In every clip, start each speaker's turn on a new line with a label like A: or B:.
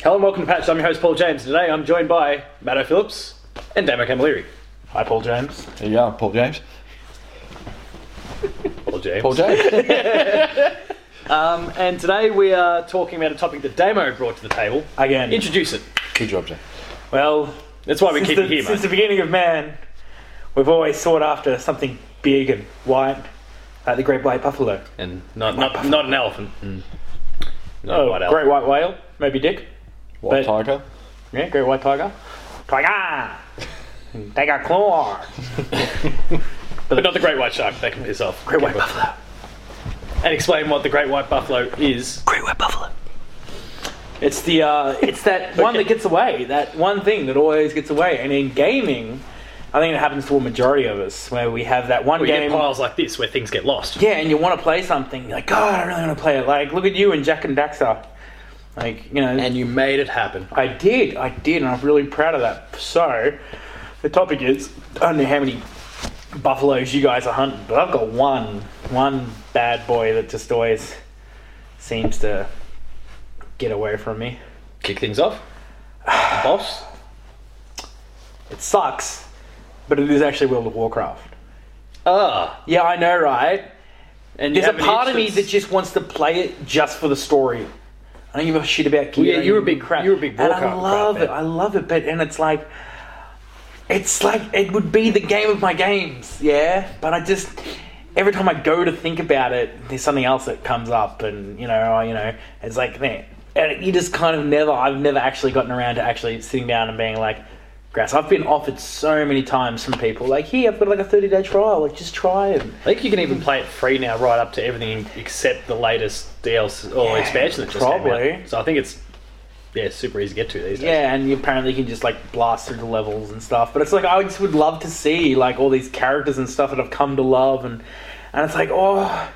A: Hello and welcome to Patch. I'm your host Paul James. Today I'm joined by Matt O. Phillips and Damo Camilleri. Hi, Paul James.
B: There you are, Paul James.
A: Paul James.
B: Paul James.
A: Um, and today we are talking about a topic that Damo brought to the table.
C: Again.
A: Introduce it.
B: Good job, James.
C: Well,
A: That's why we
C: since
A: keep
C: the,
A: you here,
C: since the
A: mate.
C: beginning of man, we've always sought after something big and white, like the great white buffalo.
A: And not, not, not an elephant. Mm. Not
C: Oh,
A: a white
C: great
A: elephant.
C: white whale, Moby Dick.
B: White
C: But-
B: tiger.
C: Yeah, great white tiger. Tiger! They got claw.
A: But not the great white shark. They can piss off. Great
C: white
A: buffalo. And explain what the great white buffalo is.
C: Great white buffalo. It's the uh, it's that one that gets away. That one thing that always gets away. And in gaming, I think it happens to a majority of us where we have that one
A: We
C: game.
A: get piles like this where things get lost.
C: Yeah, and you want to play something. You're like, God, I really want to play it. Like, look at you and Jack and Daxter. Like, you know.
A: And you made it happen.
C: I did, I did, and I'm really proud of that. So, the topic is I don't know how many buffaloes you guys are hunting, but I've got one, one bad boy that just always seems to get away from me.
A: Kick things off. Boss.
C: It sucks, but it is actually World of Warcraft.
A: Ah.
C: Yeah, I know, right?
A: And you
C: There's a
A: have an
C: part of me
A: instance-
C: that just wants to play it just for the story. I don't give a shit about gear.
A: yeah,
C: I don't
A: you're a
C: give
A: big- you're a big
C: And
A: Warcraft
C: I love
A: crowd
C: it.
A: fan.
C: I love it, but and it's like, it's like it would be the game of my games, yeah. But I just every time I go to think about it, there's something else that comes up, and you know, I, you know, it's like man, and you just kind of never. I've never actually gotten around to actually sitting down and being like. Grass. I've been offered so many times from people like, "Here, I've got like a thirty-day trial. Like, just try it."
A: I think you can even play it free now, right up to everything except the latest DLC or
C: Yeah,
A: expansion that just came
C: probably.
A: out. So I think it's yeah, super easy to get to these days.
C: Yeah, and you apparently can just like blast through the levels and stuff. But it's like I just would love to see like all these characters and stuff that I've come to love, and and it's like oh.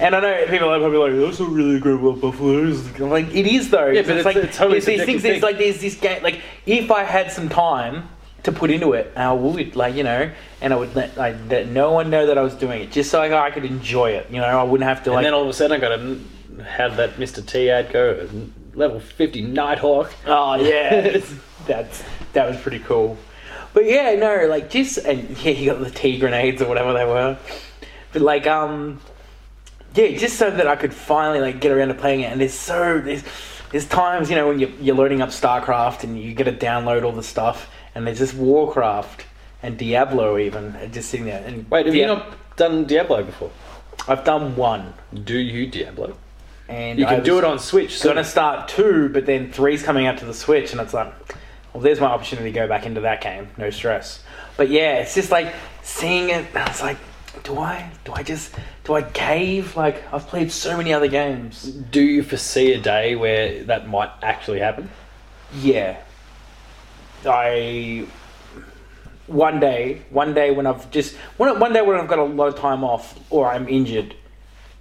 C: And I know people are probably like, "That's not really a great World Buffalo." is it?" I'm like it is though.
A: Yeah, but it's-
C: like
A: it's totally
C: there's these
A: subjective
C: things.
A: thing.
C: There's like there's this game. Like if I had some time to put into it, I would like you know, and I would let like let no one know that I was doing it, just so like, I could enjoy it. You know, I wouldn't have to
A: And
C: like.
A: then all of a sudden, I got to have that Mr. T ad go level fifty Nighthawk.
C: Oh yeah, that's that was pretty cool. But yeah, no, like just and yeah, you got the tea grenades or whatever they were. But like um, yeah, just so that I could finally like get around to playing it. And there's so there's there's times you know when you're you're loading up StarCraft and you get to download all the stuff, and there's just Warcraft and Diablo even and just sitting there. And
A: Wait, have you
C: Dia-
A: not done Diablo before?
C: I've done one,
A: Do you Diablo?
C: and
A: You can
C: I
A: do
C: was-
A: it on Switch. So
C: gonna start two, but then three's coming out to the Switch, and it's like, well, there's my opportunity to go back into that game. No stress. But yeah, it's just like seeing it. and It's like, do I? Do I just? Do I cave? Like I've played so many other games.
A: do you foresee a day where that might actually happen?
C: Yeah. I. One day, one day when I've just one, one day when I've got a lot of time off or I'm injured,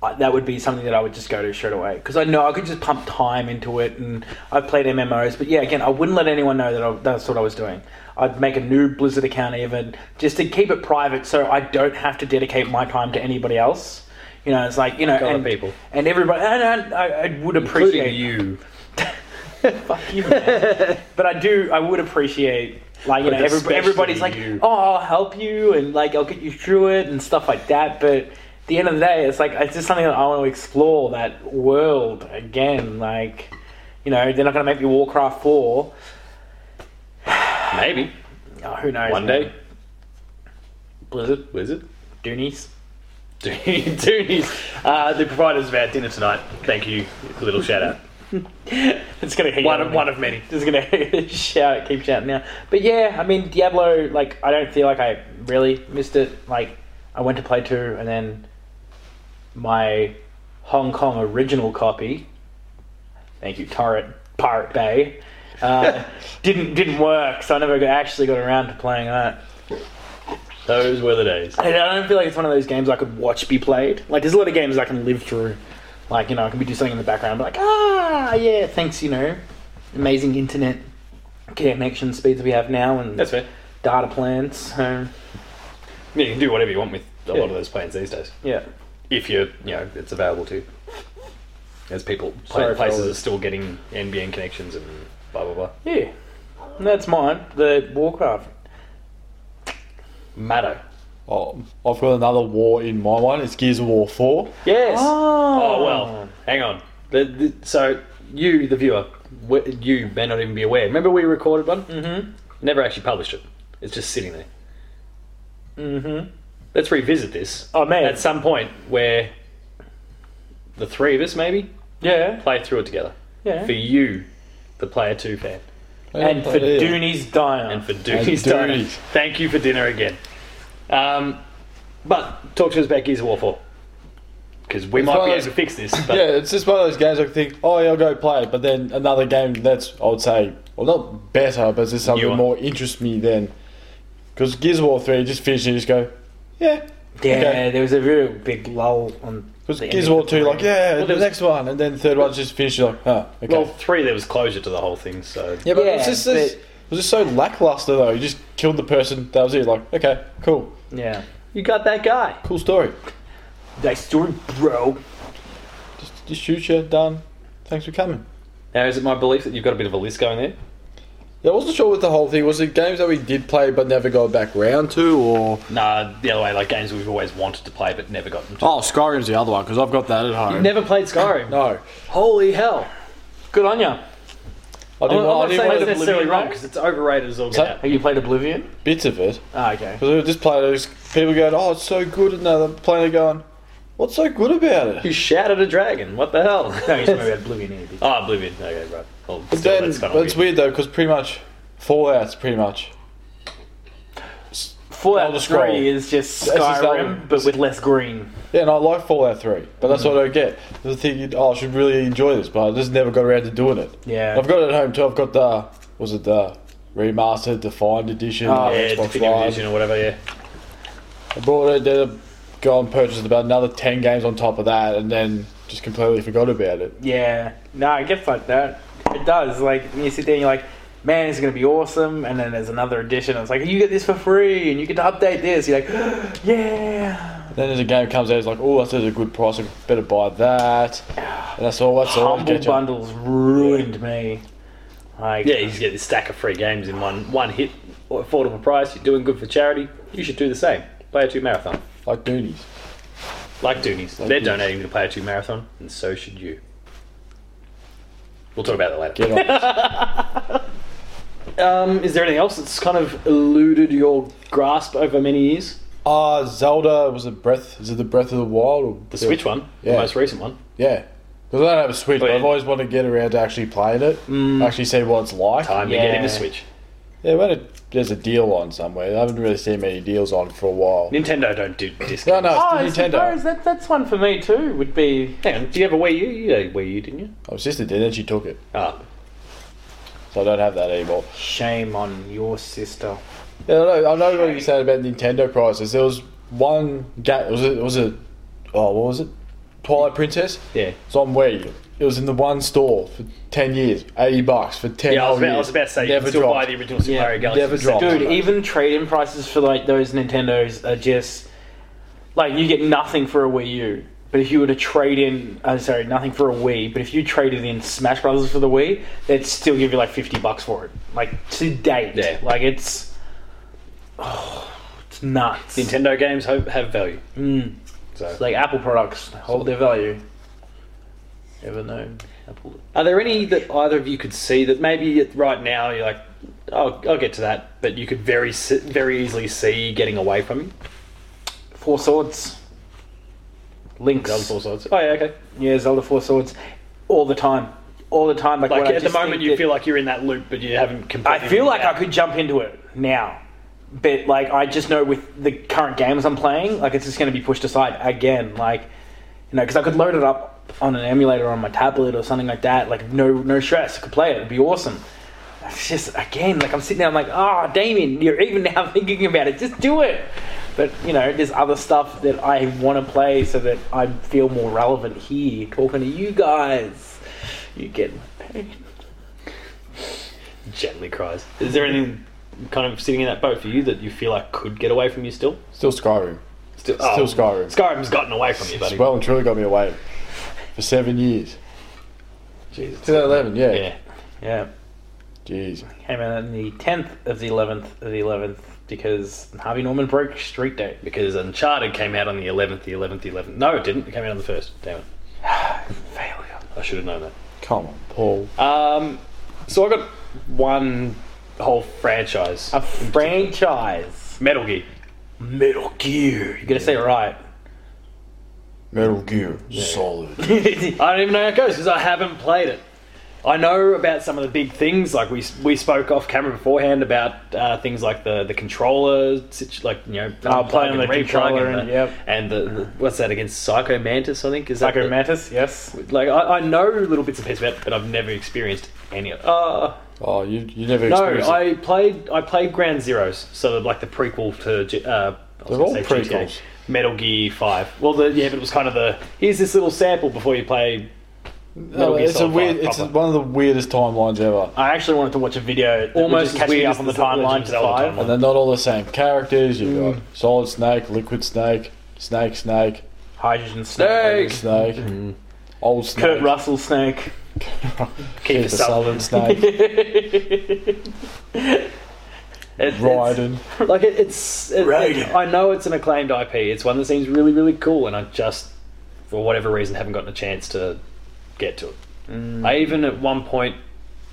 C: I, that would be something that I would just go to straight away because I know I could just pump time into it, and I've played MMOs. But yeah, again, I wouldn't let anyone know that I, that's what I was doing. I'd make a new Blizzard account even just to keep it private, so I don't have to dedicate my time to anybody else. You know, it's like you know,
A: Other
C: and,
A: people.
C: and everybody, and, and I, I would appreciate
A: Including you.
C: Fuck you, man. but I do. I would appreciate, like you
A: But
C: know, every,
A: especially
C: everybody's like,
A: you.
C: "Oh, I'll help you," and like, "I'll get you through it," and stuff like that. But at the end of the day, it's like it's just something that I want to explore that world again. Like, you know, they're not going to make me Warcraft Four.
A: Maybe
C: Oh, who knows?
A: one
C: man.
A: day.
C: Blizzard,
A: Wizard.
C: Doonies.
A: Dooney- Dooney's. Uh, the providers of our dinner tonight. Thank you. Little shout out.
C: It's going to hang
A: One
C: on
A: of
C: me.
A: one of many.
C: just gonna shout, keep shouting now. But yeah, I mean Diablo. Like I don't feel like I really missed it. Like I went to play two, and then my Hong Kong original copy. Thank you, Torrent Pirate Bay. Uh, didn't didn't work, so I never got, actually got around to playing that.
A: Those were the days.
C: And I don't feel like it's one of those games I could watch be played. Like there's a lot of games I can live through. Like you know, I can be doing something in the background, but like ah yeah, thanks you know, amazing internet connection speeds we have now and
A: That's fair.
C: data plans. So
A: Yeah, you can do whatever you want with a
C: Yeah.
A: lot of those plans these days.
C: yeah,
A: If you're, you know, it's available to. As people,
C: Sorry
A: pla-
C: for all
A: places
C: the-
A: are still getting NBN connections and blah blah blah.
C: Yeah, And that's mine. The Warcraft.
A: Matto.
B: Oh, I've got another war in my one. It's Gears of War 4.
A: Yes.
C: Oh.
A: Oh well, hang on. The, the, so you, the viewer, we- you may not even be aware. Remember we recorded one?
C: Mhm.
A: Never actually published it. It's just sitting there.
C: Mhm.
A: Let's revisit this
C: Oh man.
A: at some point where the three of us maybe
C: yeah.
A: play through it together.
C: Yeah.
A: For you, the player two fan,
C: and for
B: Yeah.
C: Dooney's Diner.
A: and for
B: And
A: Dooney's Diner.
B: Dooney's.
A: Thank you for dinner again. Um, but talk to us about Gears of War Four because we
B: It's
A: might
B: one
A: be
B: of
A: able to
B: those-
A: fix this. But
B: Yeah, it's just one of those games I think, oh yeah, I'll go play it, but then another game that's, I would say, well, not better, but just something
A: Newer.
B: more interests me than. Because Gears of War 3, you just finish and you just go, yeah.
C: yeah,
B: Okay.
C: there was a real big lull on.
B: Because
C: the end
B: Gears
C: of
B: of War
C: the
B: 2,
C: three.
B: like, yeah, the
A: there's-
B: next one, and then third one's just finished, you're like, huh, okay.
A: well, three there was closure to the whole thing, so
B: yeah, but
C: yeah,
B: it's just, this-
C: but-
B: it was just so lackluster, though. You just killed the person, that was it. Like, okay, cool,
C: Yeah.
A: you got that guy.
B: cool story.
C: That story, bro.
B: Just, just shoot you, done. Thanks for coming.
A: Now, is it my belief that you've got a bit of a list going there?
B: Yeah, I wasn't sure with the whole thing. Was it games that we did play but never got back round to, or
A: Nah, the other way, like games we've always wanted to play but never gotten to.
B: oh, Skyrim's the other one because I've got that at home.
A: Never played Skyrim.
B: no,
A: Holy hell!
C: Good on ya.
B: I
A: I'm,
B: didn't.
A: I'm
B: I
A: not
B: didn't
A: saying
B: play
A: it's
B: the
A: necessarily
C: Oblivion,
A: wrong because it's overrated as all get
B: So-
A: out.
C: Have you played Oblivion?
B: bits of it
C: Ah, okay.
B: because we just played. It, people going, "Oh, it's so good," and now the player going, "What's so good about
A: You
B: it?"
A: shouted a dragon. What the hell?
C: No, you talking about Oblivion here. bitch.
A: oh, Oblivion. Okay, right. Well,
B: But
A: still,
B: then
A: that's
B: it's
A: kind of
B: weird,
A: weird.
B: though because pretty much Fallout's pretty much
C: Fallout
B: Elder
C: 3
B: Scroll.
C: is just
B: That's just that
C: Skyrim,
B: one.
C: but with less green.
B: yeah, and I like Fallout Three, but that's what I get. The thing, oh, I should really enjoy this, but I just never got around to doing it.
C: Yeah.
B: I've got it at home too. I've got the was it the remastered defined edition?
C: Oh,
B: on
A: Yeah,
B: Xbox
A: Definitive
B: Live.
A: Edition or whatever. Yeah.
B: I bought it, then I go and purchased about another ten games on top of that, and then just completely forgot about it.
C: Yeah. No, it gets like that. It does. Like you sit there and you're like, man, it's gonna be awesome and then there's another edition and it's like you get this for free and you get to update this. You're like, yeah.
B: Then there's a game comes out, it's like, oh, that's at a good price. I better buy that. And that's all. That's all. Oh, I
C: Humble
B: get you.
C: bundles ruined me. Like
A: Yeah, you just get this stack of free games in one one hit, affordable price. You're doing good for charity. You should do the same. Player Two Marathon,
B: Like Doonies.
A: like Doonies.
B: Like
A: They're
B: Doonies.
A: donating to Player Two Marathon, and so should you. We'll talk about that later.
B: Get on.
A: Um, is there anything else that's kind of eluded your grasp over many years?
B: Ah, Zelda was a breath. Is it the Breath of the Wild? Or
A: The Switch one, the
B: Yeah.
A: most recent one.
B: Yeah. Because I don't have a Switch,
A: Oh,
B: but
A: yeah.
B: I've always wanted to get around to actually playing it, actually see what it's like.
A: Time to get
C: Yeah.
A: into Switch.
B: Yeah, when it, there's a deal on somewhere, I haven't really seen many deals on for a while.
A: Nintendo don't do discounts.
B: No, no,
C: Oh, I
B: it's the
C: suppose
B: Nintendo.
C: that, that's one for me too. Would be
A: Hang on, do you have a Wii U? You had a Wii U, didn't you?
B: My sister did, and she took it,
A: Ah,
B: so I don't have that anymore.
C: shame on your sister.
B: Yeah, I know, I know what you said about Nintendo prices. There was one game. Was it? Was it? Oh, what was it? Twilight Princess.
A: yeah.
B: It's on Wii. It was in the one store for ten years, eighty bucks for ten.
A: Yeah, I was,
B: whole
A: about, I was
B: years.
A: about to say, you
B: Never
A: can still
B: dropped.
A: buy the original Super
C: Yeah,
A: Mario Galaxy.
B: never
A: for seven
B: dropped.
C: Dude,
A: bucks.
C: even trade-in prices for like those Nintendos are just like you get nothing for a Wii U. But if you were to trade in, uh, sorry, nothing for a Wii. But if you traded in Smash Brothers for the Wii, they'd still give you like fifty bucks for it, like to date.
A: Yeah.
C: Like it's, oh, it's nuts.
A: Nintendo games have, have value.
C: Mm.
A: So,
C: Like Apple products hold their value. Ever known Apple?
A: are there any that either of you could see that maybe at- right now you're like, oh, I'll get to that, but you could very s- very easily see getting away from you?
C: Four Swords. Links.
A: Zelda Four Swords. Oh yeah, okay.
C: Yeah, Zelda Four Swords, all the time, all the time. Like,
A: Like
C: when
A: at
C: I
A: the
C: just
A: moment,
C: think
A: you
C: that-
A: feel like you're in that loop, but you haven't completely.
C: I feel like
A: out.
C: I could jump into it now, but like I just know with the current games I'm playing, like it's just going to be pushed aside again. Like, you know, because I could load it up on an emulator on my tablet or something like that. Like, no, no stress, I could play it. It'd be awesome. It's just again, like I'm sitting there, I'm like, ah, Damien, you're even now thinking about it. Just do it. But you know, there's other stuff that I want to play so that I feel more relevant here, talking to you guys. You get my pain.
A: gently cries. Is there anything kind of sitting in that boat for you that you feel like could get away from you still?
B: Still Skyrim.
A: Still,
B: Still Skyrim.
A: Skyrim's Oh, gotten away from you, buddy.
B: It's well and truly got me away for seven years.
A: Jesus.
B: 2011, yeah.
A: Yeah.
C: Yeah.
B: Jeez.
C: Came out on the 10th of the 11th of the 11th because Harvey Norman broke Street Day.
A: Because Uncharted came out on the 11th, the 11th, the 11th. No, it didn't. It came out on the 1st. Damn it.
C: Failure.
A: I should have known that.
B: Come on, Paul.
A: Um, so I got one whole franchise.
C: A franchise.
A: Metal Gear.
C: Metal Gear. You gotta say it right.
B: Metal Gear Solid.
A: I don't even know how it goes because I haven't played it. I know about some of the big things, like we we spoke off camera beforehand about uh, things like the the controller, situ- like you know,
C: Oh, playing
A: unplug and
C: the
A: replug
C: controller and-
A: the,
C: yep.
A: and the, the- what's that against Psycho Mantis? I think is that
C: Psycho
A: the-
C: Mantis, yes.
A: Like I, I know little bits and pieces about it, but I've never experienced any. of Uh,
B: Oh, you, you never
A: no,
B: experienced it.
A: I played I played Ground Zeroes, so like the prequel to. G- Uh, I was
B: They're
A: gonna
B: all
A: say GTA,
B: prequels.
A: Metal Gear Five. Well, the, yeah, but it was kind of the here's this little sample before you play. Metal
B: No,
A: Gear
B: it's a
A: Solid
B: weird.
A: five
B: It's
A: proper.
B: one of the weirdest timelines ever.
C: I actually wanted to watch a video that
A: Almost
C: almost
A: as
C: catch me
A: weird
C: up
A: as
C: on the
A: the Legend
C: timeline
A: of
C: to
A: Zelda
C: five.
A: timeline.
B: And they're not all the same characters. You've got Solid Snake, Liquid Snake, Snake Snake,
C: Hydrogen
B: Liquid
C: Snake.
B: Snake, Old Snake,
C: Kurt Russell Snake.
A: Keep
B: Keith
A: it
B: the
A: Sutherland.
B: Southern Snake,
A: It, it's-
B: Raiden.
A: Like it, it's, it,
C: Right.
A: it- I know it's an acclaimed IP. It's one that seems really, really cool, and I just, for whatever reason, haven't gotten a chance to get to it.
C: Mm.
A: I even at one point,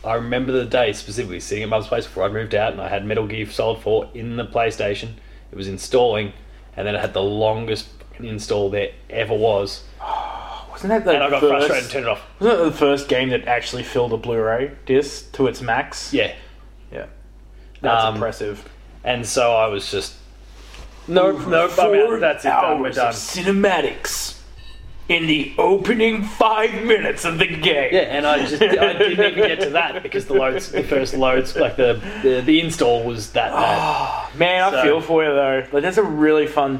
A: I remember the day specifically sitting at Mum's place before I moved out, and I had Metal Gear Solid Four in the PlayStation. It was installing, and then it had the longest fucking install there ever was,
C: Wasn't that the
A: and I got
C: first,
A: frustrated and turned it off.
C: Wasn't that the first game that actually filled a Blu-ray disc to its max?
A: Yeah,
C: Yeah. That's
A: Um,
C: impressive.
A: and so I was just. No, no, I'm out. that's it. Done. We're
C: Hours
A: done.
C: of cinematics in the opening five minutes of the game.
A: Yeah, and I just I didn't even get to that because the loads, the first loads, like the the, the install was that bad.
C: Man, I
A: So-
C: feel for you though. Like that's a really fun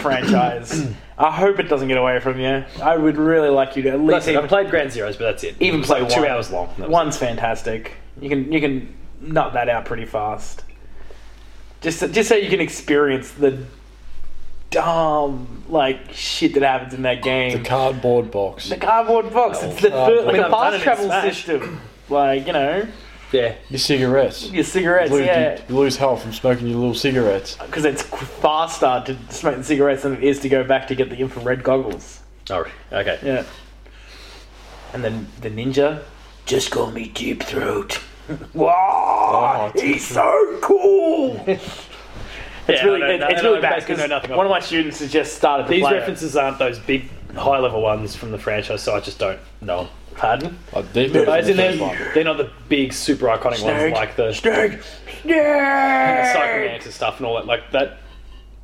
C: franchise. I hope it doesn't get away from you. I would really like you to at least
A: Listen, I
C: even,
A: played Grand Zeros, but that's it.
C: even
A: It's
C: play
A: like two
C: one.
A: hours long. That was
C: One's fantastic. You can you can nut that out pretty fast. Just so- just so you can experience the dumb like shit that happens in that
B: The
C: game.
B: cardboard box.
C: The cardboard box. it's the
B: Oh,
C: fir-
B: we
A: haven't
C: like a
A: done it in
C: fast travel
A: Smash.
C: system. Like you know
A: it. Yeah,
B: Your cigarettes.
C: your cigarettes.
B: Lose-
C: yeah.
B: you lose health from smoking your little cigarettes.
C: because it's qu- faster to smoke the cigarettes than it is to go back to get the infrared goggles.
A: all right, okay.
C: Yeah. And then the ninja, just call me Deep Throat. wow,
B: Oh,
C: he's so cool. it's
A: Yeah,
C: really,
A: I
C: it-
A: don't know-
C: it's
A: I
C: really
A: don't know-
C: bad
A: basically
C: because
A: know nothing of
C: one of
A: it.
C: my students has just started to
A: These
C: play it.
A: references aren't those big high level ones from the franchise, so I just don't know. 'em.
C: Pardon?
B: I deep
A: I in
B: there.
A: they're, they're not the big super iconic ones like the
C: Snake. Snake.
A: psychomantic stuff and all that. Like that,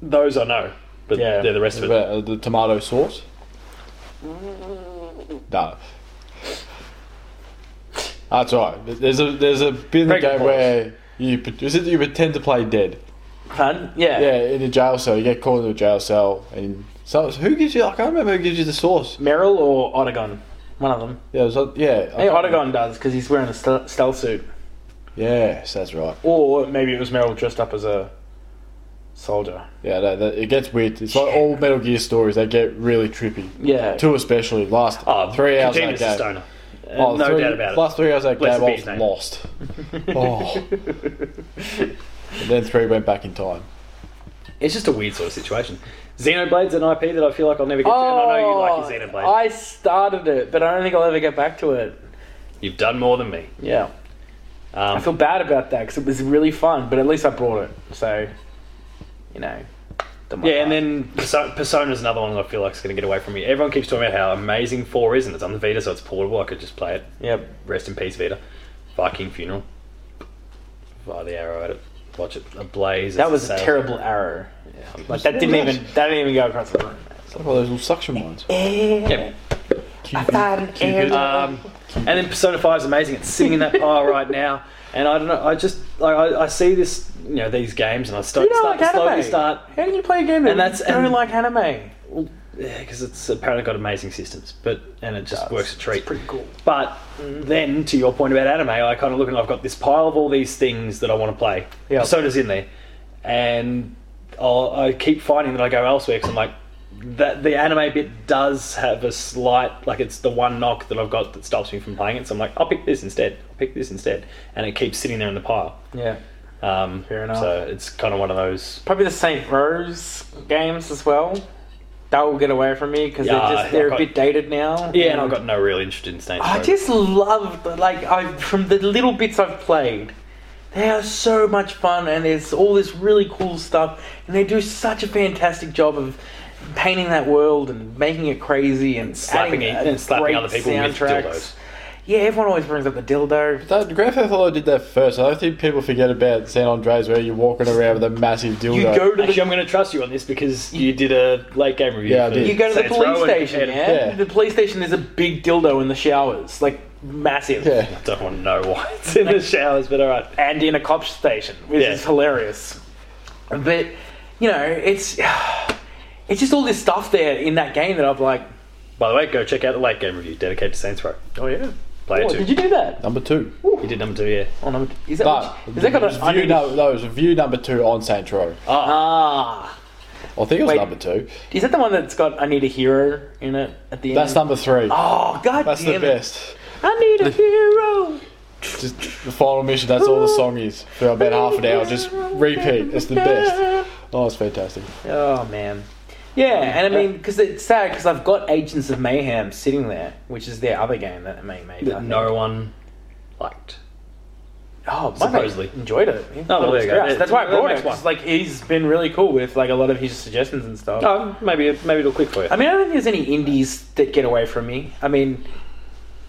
A: those I know, but
C: Yeah.
A: yeah, the rest of it.
B: About, uh, the tomato sauce.
A: Mm.
B: No. That's all right. There's a there's a bit in the
A: Pregnant
B: game where you pre- is it you pretend to play dead.
C: Pardon? Yeah.
B: Yeah, in a jail cell, you get caught in a jail cell, and so who gives you? I can't remember who gives you the sauce.
C: Meryl or Odegon? One of them.
B: Yeah, it was, like- yeah. I
C: I think
B: can't-
C: Odegon does because he's wearing a stel- stealth suit.
B: Yes, that's right.
C: Or maybe it was Meryl dressed up as a soldier.
B: Yeah, that, that, it gets weird. It's like all Metal Gear stories; they get really trippy.
C: Yeah.
B: Two especially last
A: Oh,
B: three hours. of
A: Kojima's a
B: that game.
A: stoner. Uh,
B: Oh,
A: no
B: three-
A: doubt about it.
B: Last three hours that
A: Bless
B: game,
A: the
B: I
A: bee's
B: was
A: name.
B: lost. Oh. and then three went back in time.
A: It's just a weird sort of situation. Xenoblade's an IP that I feel like I'll never get to, and I know you like your Xenoblade.
C: Oh, I started it, but I don't think I'll ever get back to it.
A: You've done more than me.
C: Yeah. I
A: Um,
C: feel bad about that because it was really fun, but at least I brought it. So, you know. done my
A: yeah, and
C: part.
A: then Perso- Persona's another one that I feel like is going to get away from me. Everyone keeps talking about how amazing 4 is, and it's on the Vita, so it's portable. I could just play it.
C: Yep.
A: Rest in peace, Vita. Viking Funeral. Fire the arrow at it. Watch it ablaze.
C: That
A: as
C: was
A: it
C: a
A: sails.
C: terrible arrow.
A: Yeah,
C: Like, that didn't even that didn't even go across the room.
B: It's like all those little suction ones.
C: Eh,
A: Yeah.
B: Cupid, Cupid.
A: Um, and then Persona 5 is amazing. It's sitting in that pile right now. And I don't know. I just like I, I see this, you know, these games, and I start,
C: You don't
A: start
C: like
A: to slowly
C: anime.
A: start
C: How do you play a game that
A: And that's-
C: you don't
A: and-
C: like anime?
A: because it's apparently got amazing systems, but and it just
C: does.
A: works a treat.
C: It's pretty cool.
A: But then, to your point about anime, I kind of look and I've got this pile of all these things that I want to play.
C: Yeah.
A: Persona's in there, and I'll, I keep finding that I go elsewhere because I'm like, that the anime bit does have a slight like it's the one knock that I've got that stops me from playing it. So I'm like, I'll pick this instead. I'll pick this instead, and it keeps sitting there in the pile.
C: Yeah.
A: Um,
C: Fair enough.
A: So it's kind of one of those.
C: Probably the St. Rose games as well. That will get away from me because
A: Yeah,
C: they're just they're
A: I've got-
C: a bit dated now.
A: Yeah, and I've got no real interest in Saints.
C: I
A: Row.
C: just love the- like I from the little bits I've played. They are so much fun, and there's all this really cool stuff, and they do such a fantastic job of painting that world and making it crazy and,
A: slapping
C: adding
A: it-
C: a
A: and slapping
C: great
A: other people with
C: soundtracks.
A: dildos.
C: Yeah, everyone always brings up the dildo.
B: That Grand Theft Auto did that first. I don't think people forget about San Andreas where you're walking around with a massive dildo.
C: You go to the
A: Actually, I'm going to trust you on this because you did a late game review.
B: Yeah, I
A: for
B: did.
C: You go to the
A: Saints
C: police
A: Row and-
C: station,
A: and-
C: yeah?
B: Yeah.
C: The police station is a big dildo in the showers, like massive.
B: yeah.
A: I don't want to know why it's in the showers, but all right.
C: And in a cop station, which
A: Yeah.
C: is hilarious. But you know, it's it's just all this stuff there in that game that I'm like,
A: By the way, go check out the late game review dedicated to Saints Row.
C: oh yeah.
A: Player
C: Oh,
A: two.
C: did you do that?
B: Number two.
A: You did number two, yeah.
C: Oh, number two. Is that,
B: But
C: which, is that got
B: it was
C: an
B: view,
C: onion?
B: no, no, it was view number two on Saint Row.
A: Oh,
C: Ah,
B: I think it was
C: Wait.
B: number two.
C: is that the one that's got I need a hero in it at the end?
B: That's number three.
C: Oh god
B: that's the
C: damn it!
B: best.
C: I need a hero.
B: Just the final mission. That's all the song is for about half an hour. Just repeat. It's the best. Oh, it's fantastic.
C: Oh man. Yeah, and I mean, because it's sad because I've got Agents of Mayhem sitting there, which is their other game that they made. I
A: that
C: think.
A: no one liked.
C: oh, my
A: supposedly.
C: mate enjoyed it. He
A: well,
C: thought it
A: there
C: was
A: you go.
C: great. That's why I
A: That
C: brought it.
A: makes
C: 'cause,
A: one.
C: like he's been really cool with like a lot of his suggestions and stuff.
A: Oh, maybe maybe it'll click for you.
C: I mean, I don't think there's any indies that get away from me. I mean,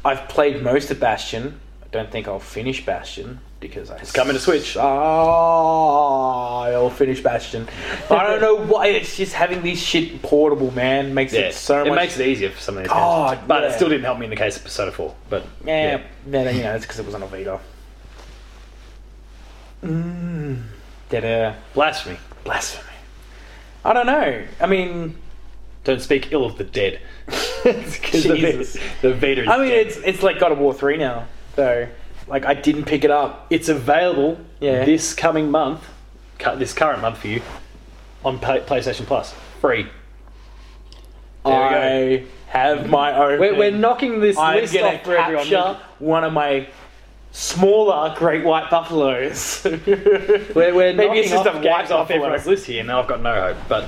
C: I've played most of Bastion. I don't think I'll finish Bastion because I it's
A: coming to Switch.
C: I'll finish Bastion. But I don't know why it's just having these shit portable, man, makes
A: yeah,
C: it so
A: it
C: much.
A: makes it easier for some of these
C: God,
A: games. But it
C: yeah.
A: still didn't help me in the case of Persona 4. But
C: yeah, no, no, you know, it's because it was on a Vita. Mm. That uh,
A: Blasphemy.
C: blasphemy. I don't know. I mean,
A: Don't speak ill of the dead. 'Cause the Vita-
C: Jesus.
A: The Vita is
C: I mean,
A: dead.
C: it's it's like God of War three now, though. Like I didn't pick it up.
A: it's available
C: Yeah.
A: this coming month, cu- this current month for you, on Pay- PlayStation Plus. Free. There we
C: I
A: go.
C: have my own.
A: We're, we're knocking this
C: I'm
A: list
C: gonna
A: off for everyone.
C: capture one of my smaller great white buffaloes.
A: We're, we're
C: Maybe
A: knocking
C: it's just
A: off
C: a
A: games
C: white
A: off
C: buffalo.
A: everyone's list here. Now I've got no hope, but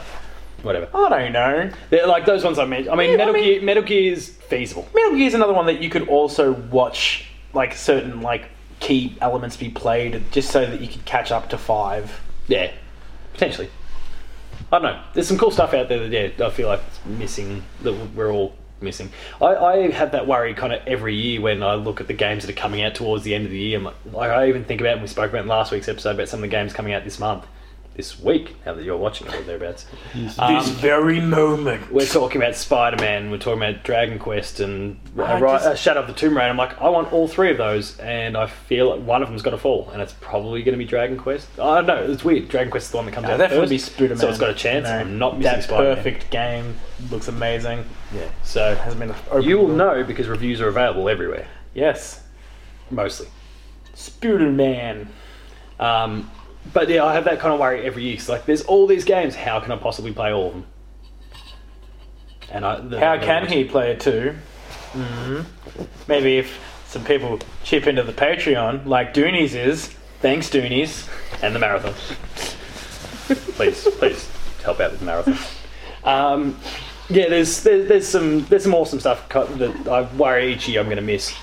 A: whatever.
C: I don't know.
A: They're like those ones I mentioned. I mean,
C: Yeah, I
A: Metal
C: mean-
A: Gear. Metal Gear is feasible.
C: Metal Gear's another one that you could also watch, like certain like key elements be played, just so that you could catch up to five.
A: Yeah, potentially. I don't know. There's some cool stuff out there that yeah, I feel like it's missing that we're all missing. I, I have that worry kind of every year when I look at the games that are coming out towards the end of the year. I'm like, like I even think about and we spoke about in last week's episode about some of the games coming out this month, this week. Now that you're watching it or thereabouts, Um,
C: this very moment.
A: we're talking about Spider Man. We're talking about Dragon Quest and uh,
C: I
A: Ri-
C: just-
A: uh, Shadow of the Tomb Raider. I'm like, I want all three of those, and I feel like one of them's going to fall, and it's probably going to be Dragon Quest. I don't know. It's weird. Dragon Quest is the one that comes out
C: definitely
A: first,
C: be Spider-Man.
A: so it's got a chance.
C: No,
A: I'm not missing
C: that
A: Spider-Man.
C: perfect game. Looks amazing.
A: Yeah. So
C: Hasn't been open
A: you will
C: world.
A: know because reviews are available everywhere,
C: Yes,
A: mostly.
C: Spider Man.
A: Um, but yeah, I have that kind of worry every year. 'cause, like, there's all these games. How can I possibly play all of them? And I, the-
C: How can he play it too? hmm Maybe if some people chip into the Patreon, like Doonies is. Thanks, Doonies.
A: and the marathon. please, please help out with the marathon. Um, yeah, there's there, there's some there's some awesome stuff co- that I worry each year I'm going to miss.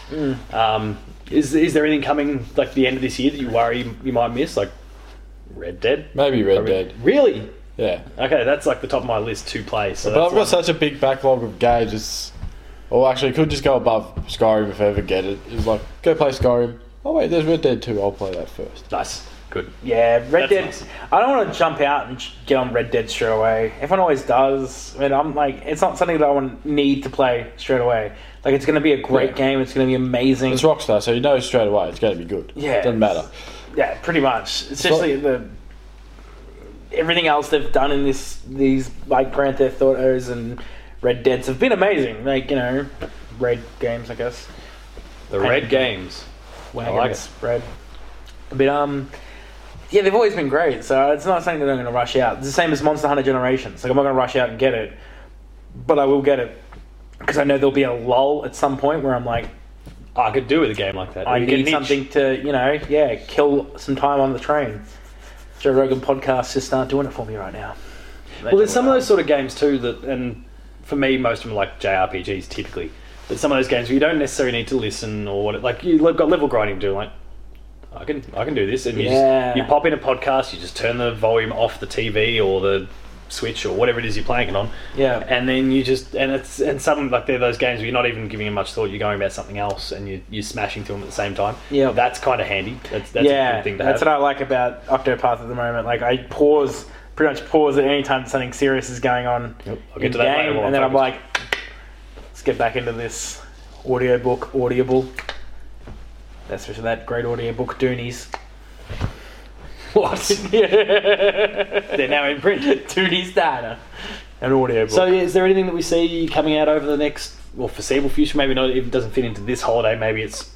A: Um, is is there anything coming like the end of this year that you worry you, you might miss? Like Red Dead.
B: Maybe Red Dead.
A: Really?
B: Yeah.
A: Okay, that's like the top of my list to play. So
B: But I've got
A: that's
B: such a big backlog of games. It's, well, actually, it could just go above Skyrim if I ever get it. It's like, go play Skyrim. Oh, wait, there's Red Dead 2. I'll play that first.
A: like- nice, good.
C: Yeah,
A: That's
C: Red Dead.
A: nice.
C: I don't want to jump out and j- get on Red Dead straight away. Everyone always does. I mean, I'm like, it's not something that I want need to play straight away. Like, it's going to be a great
B: Yeah.
C: game. It's going to be amazing.
B: It's Rockstar, so you know straight away it's going to be good.
C: Yeah.
B: Doesn't matter.
C: Yeah, pretty much. It's
B: So-
C: just like the everything else they've done in this these like Grand Theft Autos and Red Deads have been amazing. Like you know, red games, I guess.
A: The Red Games.
C: Wagons,
A: like
C: red. But um, yeah, they've always been great. So it's not something that I'm going to rush out. It's the same as Monster Hunter Generations. Like I'm not going to rush out and get it. but I will get it because I know there'll be a lull at some point where I'm like,
A: I could do with a game like that.
C: I
A: You get an
C: need
A: itch.
C: something to, you know, yeah, kill some time on the train. Joe Rogan podcasts just aren't doing it for me right now.
A: Well, there's some of those sort of games too that, and for me, most of them are like JRPGs typically. But some of those games where you don't necessarily need to listen or what, it, like you've got level grinding to do. Like, I can I can do this, and you
C: Yeah.
A: just you pop in a podcast, you just turn the volume off the TV or the Switch or whatever it is you're playing it on,
C: Yeah.
A: and then you just and it's and suddenly like they're those games where you're not even giving it much thought. You're going about something else, and you you're smashing through them at the same time.
C: Yeah.
A: that's kind of handy. That's that's a
C: yeah,
A: good thing to
C: that's
A: have.
C: what I like about Octopath at the moment. Like I pause, pretty much pause at any time something serious is going on
A: I'll get
C: in
A: to that later
C: game,
A: while I'm
C: and then I'm
A: focused.
C: like, let's get back into this audiobook, audible. That's for that great audiobook, Doonies.
A: what?
C: Doonies
A: they're now in print.
C: data, an audiobook.
A: So, is there anything that we see coming out over the next, well, foreseeable future? Maybe not. If it doesn't fit into this holiday, maybe it's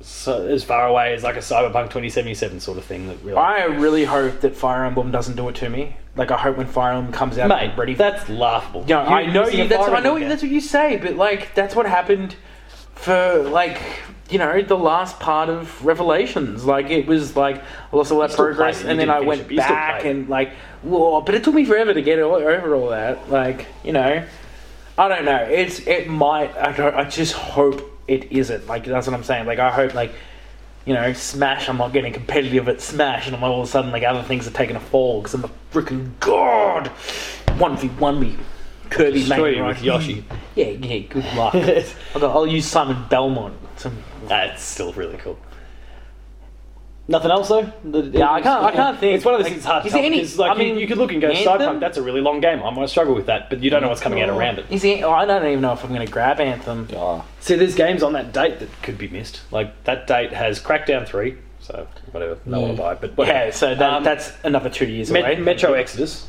A: so, as far away as like a Cyberpunk 2077 sort of thing. That really,
C: I really hope that Fire Emblem doesn't do it to me. Like I hope when Fire Emblem comes out,
A: mate,
C: I'm ready.
A: that's laughable.
C: you know,
A: You're
C: I know
A: using
C: you.
A: a
C: That's
A: Fire
C: I know
A: Emblem game.
C: that's what you say, but like that's what happened for like you know the last part of Revelations. Like it was like I lost all that
A: still
C: progress,
A: played it, you
C: and then
A: didn't
C: I
A: finish
C: went
A: it, but you still
C: back
A: played it.
C: and like whoa, but it took me forever to get all, over all that. Like you know, I don't know. It's it might. I don't. I just hope it isn't. Like that's what I'm saying. Like I hope like. You know, Smash. I'm not getting competitive at Smash, and I'm all of a sudden like other things are taking a fall because I'm a freaking god. One v one me, Kirby
A: Destroy
C: mate,
A: you with
C: right?
A: Yoshi.
C: Yeah, yeah. Good luck. I'll, go, I'll use Simon Belmont. Some,
A: That's still really cool. Nothing else though.
C: Yeah, I can't- I can't think.
A: It's one of those
C: Like,
A: things. It's hard. to
C: is there
A: tell,
C: any-
A: 'cause, Like,
C: I
A: you,
C: mean,
A: you could look and go,
C: Anthem?
A: Cyberpunk. That's a really long game. I'm going to struggle with that, but you don't know what's coming out around it.
C: Is he, oh, I don't even know if I'm going to grab Anthem.
B: Ah,
A: See, there's games on that date that could be missed. Like that date has Crackdown three, so whatever, no one will buy it. But whatever.
C: Yeah, so that,
A: Um,
C: that's another two years
A: Me-
C: away.
A: Metro Exodus,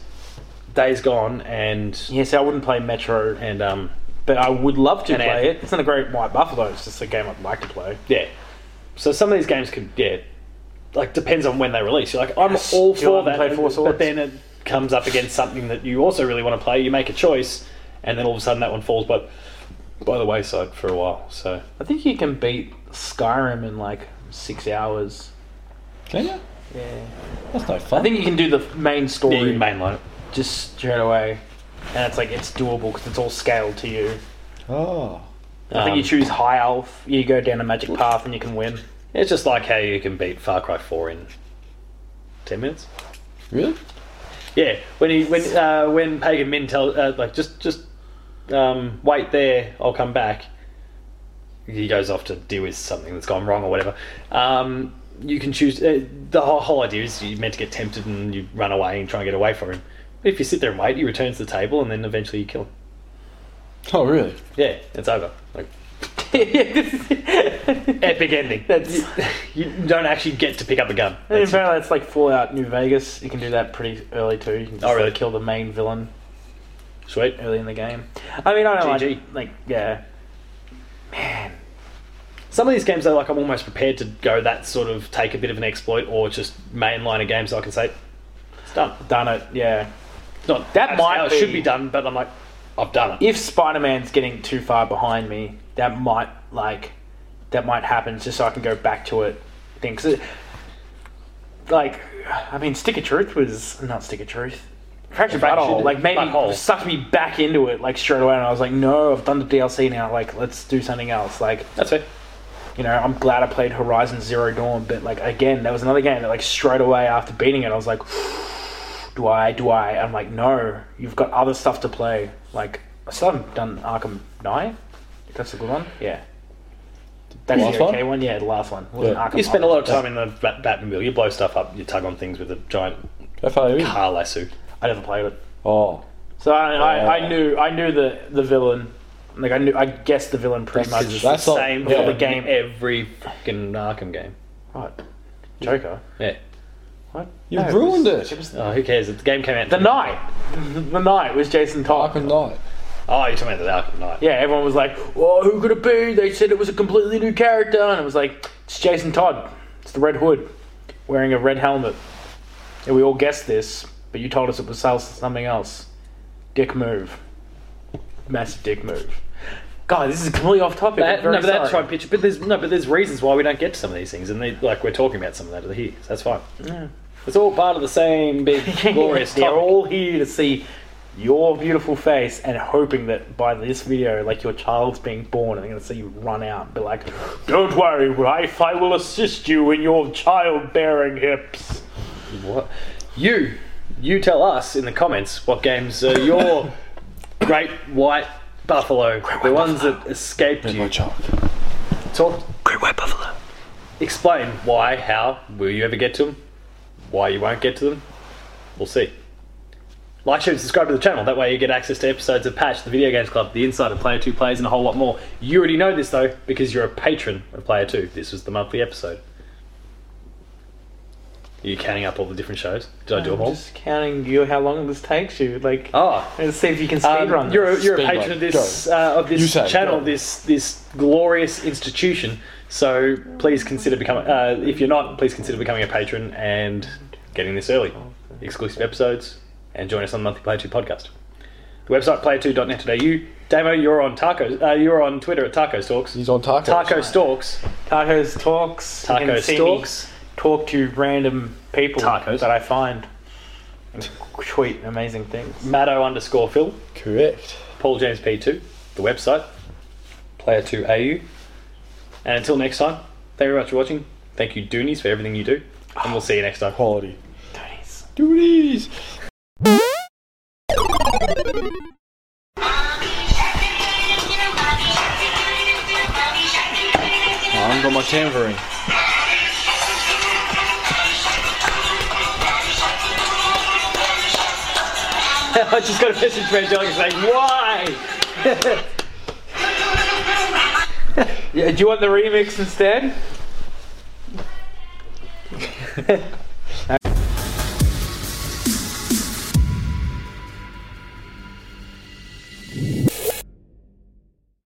A: Days Gone, and
C: Yeah, so I wouldn't play Metro,
A: and um,
C: but I would love to
A: And
C: play
A: Anthem.
C: it. It's not a great White Buffalo. It's just a game I'd like to play.
A: yeah. So some of these games could yeah, like depends on when they release. You're like, I'm
C: Yes,
A: all
C: do you
A: for
C: want to
A: that,
C: play Four
A: but
C: Swords?
A: then it comes up against something that you also really want to play. You make a choice, and then all of a sudden that one falls by by the wayside for a while. So
C: I think you can beat Skyrim in like six hours.
B: can you?
C: Yeah,
B: That's no fun.
C: I think you can do the main
A: yeah, you
C: story
A: can mainline it.
C: just straight away, and it's like it's doable because it's all scaled to you.
B: Oh,
C: I think
A: Um,
C: you choose high elf, you go down a magic path, and you can win.
A: It's just like how you can beat Far Cry Four in ten minutes.
B: really?
A: Yeah, when he when uh, when Pagan Min tell uh, like just just um, wait there, I'll come back. He goes off to deal with something that's gone wrong or whatever. Um, you can choose. Uh, the whole, whole idea is you're meant to get tempted and you run away and try and get away from him. But if you sit there and wait, he returns to the table and then eventually you kill him.
B: Oh, really?
A: Yeah, it's over. Like epic ending.
C: That's-
A: you don't actually get to pick up a gun.
C: And in
A: That's-
C: fact, that's like Fallout New Vegas. You can do that pretty early too. You can just
A: Oh, really?
C: like, kill the main villain
A: sweet.
C: early in the game. I mean, I don't
A: GG.
C: like like yeah.
A: Some of these games, though, like I'm almost prepared to go that sort of take a bit of an exploit or just mainline a game so I can say it's done.
C: Done it, yeah.
A: It's not
C: That
A: that's
C: might
A: how it should
C: be-
A: be done, but I'm like, I've done it.
C: If Spider Man's getting too far behind me, that might like that might happen just so I can go back to it. Things like I mean, Stick of Truth was not Stick of Truth. Fractured
A: Fractured
C: Butthole, like maybe
A: Butthole.
C: sucked me back into it like straight away, and I was like, no, I've done the DLC now. Like, let's do something else. Like,
A: That's fair.
C: you know, I'm glad I played Horizon Zero Dawn, but like again, that was another game that like straight away after beating it, I was like, do I? Do I? I'm like, no, you've got other stuff to play. Like, I still haven't done Arkham Knight. If That's a good one. Yeah, that's
B: Last
C: the
B: one?
C: okay one. Yeah, the last one. Wasn't
B: Yeah.
C: Arkham
A: You spend a lot of
C: Knight.
A: time in the bat- Batmobile. You blow stuff up. You tug on things with a giant
B: FAU.
A: car lasso.
C: I never played it,
B: Oh,
C: so I, I,
B: Uh,
C: I knew I knew the the villain. Like I knew, I guessed the villain pretty
B: That's-
C: much.
B: that's-
A: the
B: not-
A: same
B: yeah.
A: for the game every fucking Arkham game.
C: right. Joker.
A: Yeah.
C: What?
B: you've
C: No,
B: ruined
C: it. was-
B: it.
A: Oh, who cares? The game came out.
C: The Knight. The Knight was Jason Todd.
B: Arkham Knight.
A: Oh, you're talking about the Arkham Knight.
C: Yeah, everyone was like, "Oh, who could it be?" They said it was a completely new character, and it was like, "It's Jason Todd. It's the Red Hood, wearing a red helmet." And we all guessed this, but you told us it was some- something else. Dick move. massive dick move. God, this is completely off topic.
A: That,
C: I'm very
A: no, but that's
C: sorry.
A: right, pitch. But there's no, but there's reasons why we don't get to some of these things, and they like we're talking about some of that here. So that's fine. It's all part of the same big glorious.
C: They're
A: topic.
C: all here to see your beautiful face and hoping that by this video, like your child's being born, and they're going to see you run out and be like, "Don't worry, wife, I will assist you in your childbearing hips."
A: What? You, you tell us in the comments what games are your great white buffalo, the ones that escaped
B: There's
A: you.
B: my child.
A: Talk,
C: Great white buffalo.
A: explain why, how, will you ever get to them? Why you won't get to them? We'll see. Like, share, and subscribe to the channel. That way you get access to episodes of Patch, the Video Games Club, the Inside of Player Two Plays, and a whole lot more. You already know this though because you're a patron of Player Two. This was the monthly episode. Are you counting up all the different shows? Did I do them all?
C: Just counting you how long this takes you, like.
A: Oh,
C: Let's see if you can
A: Um,
C: speedrun run
A: you're, a-
C: this.
A: you're a
B: Speedrun.
A: patron of this uh, of
B: You
A: this
B: say it,
A: channel,
B: go.
A: this this glorious institution. So please consider becoming. Uh, if you're not, please consider becoming a patron and getting this early, exclusive episodes, and join us on the monthly Player Two podcast. The website player2.net.au. Damo, you're on tacos. Uh, you're on Twitter at Tacos Talks.
B: He's on tacos.
A: Taco Stalks.
C: Tacos talks. You can
A: Taco
C: see me
A: Stalks.
C: Talk to random people
A: Tacos.
C: that I find. And tweet amazing things.
A: Matto underscore Phil.
B: Correct.
A: Paul James P2. The website. Player2AU. And until next time, thank you very much for watching. Thank you, Doonies, for everything you do. And we'll see you next time.
B: Quality.
C: Tony's.
B: Duties. I haven't got my tambourine.
A: I just got a message from Angelica saying, why?
C: Yeah, do you want the remix instead?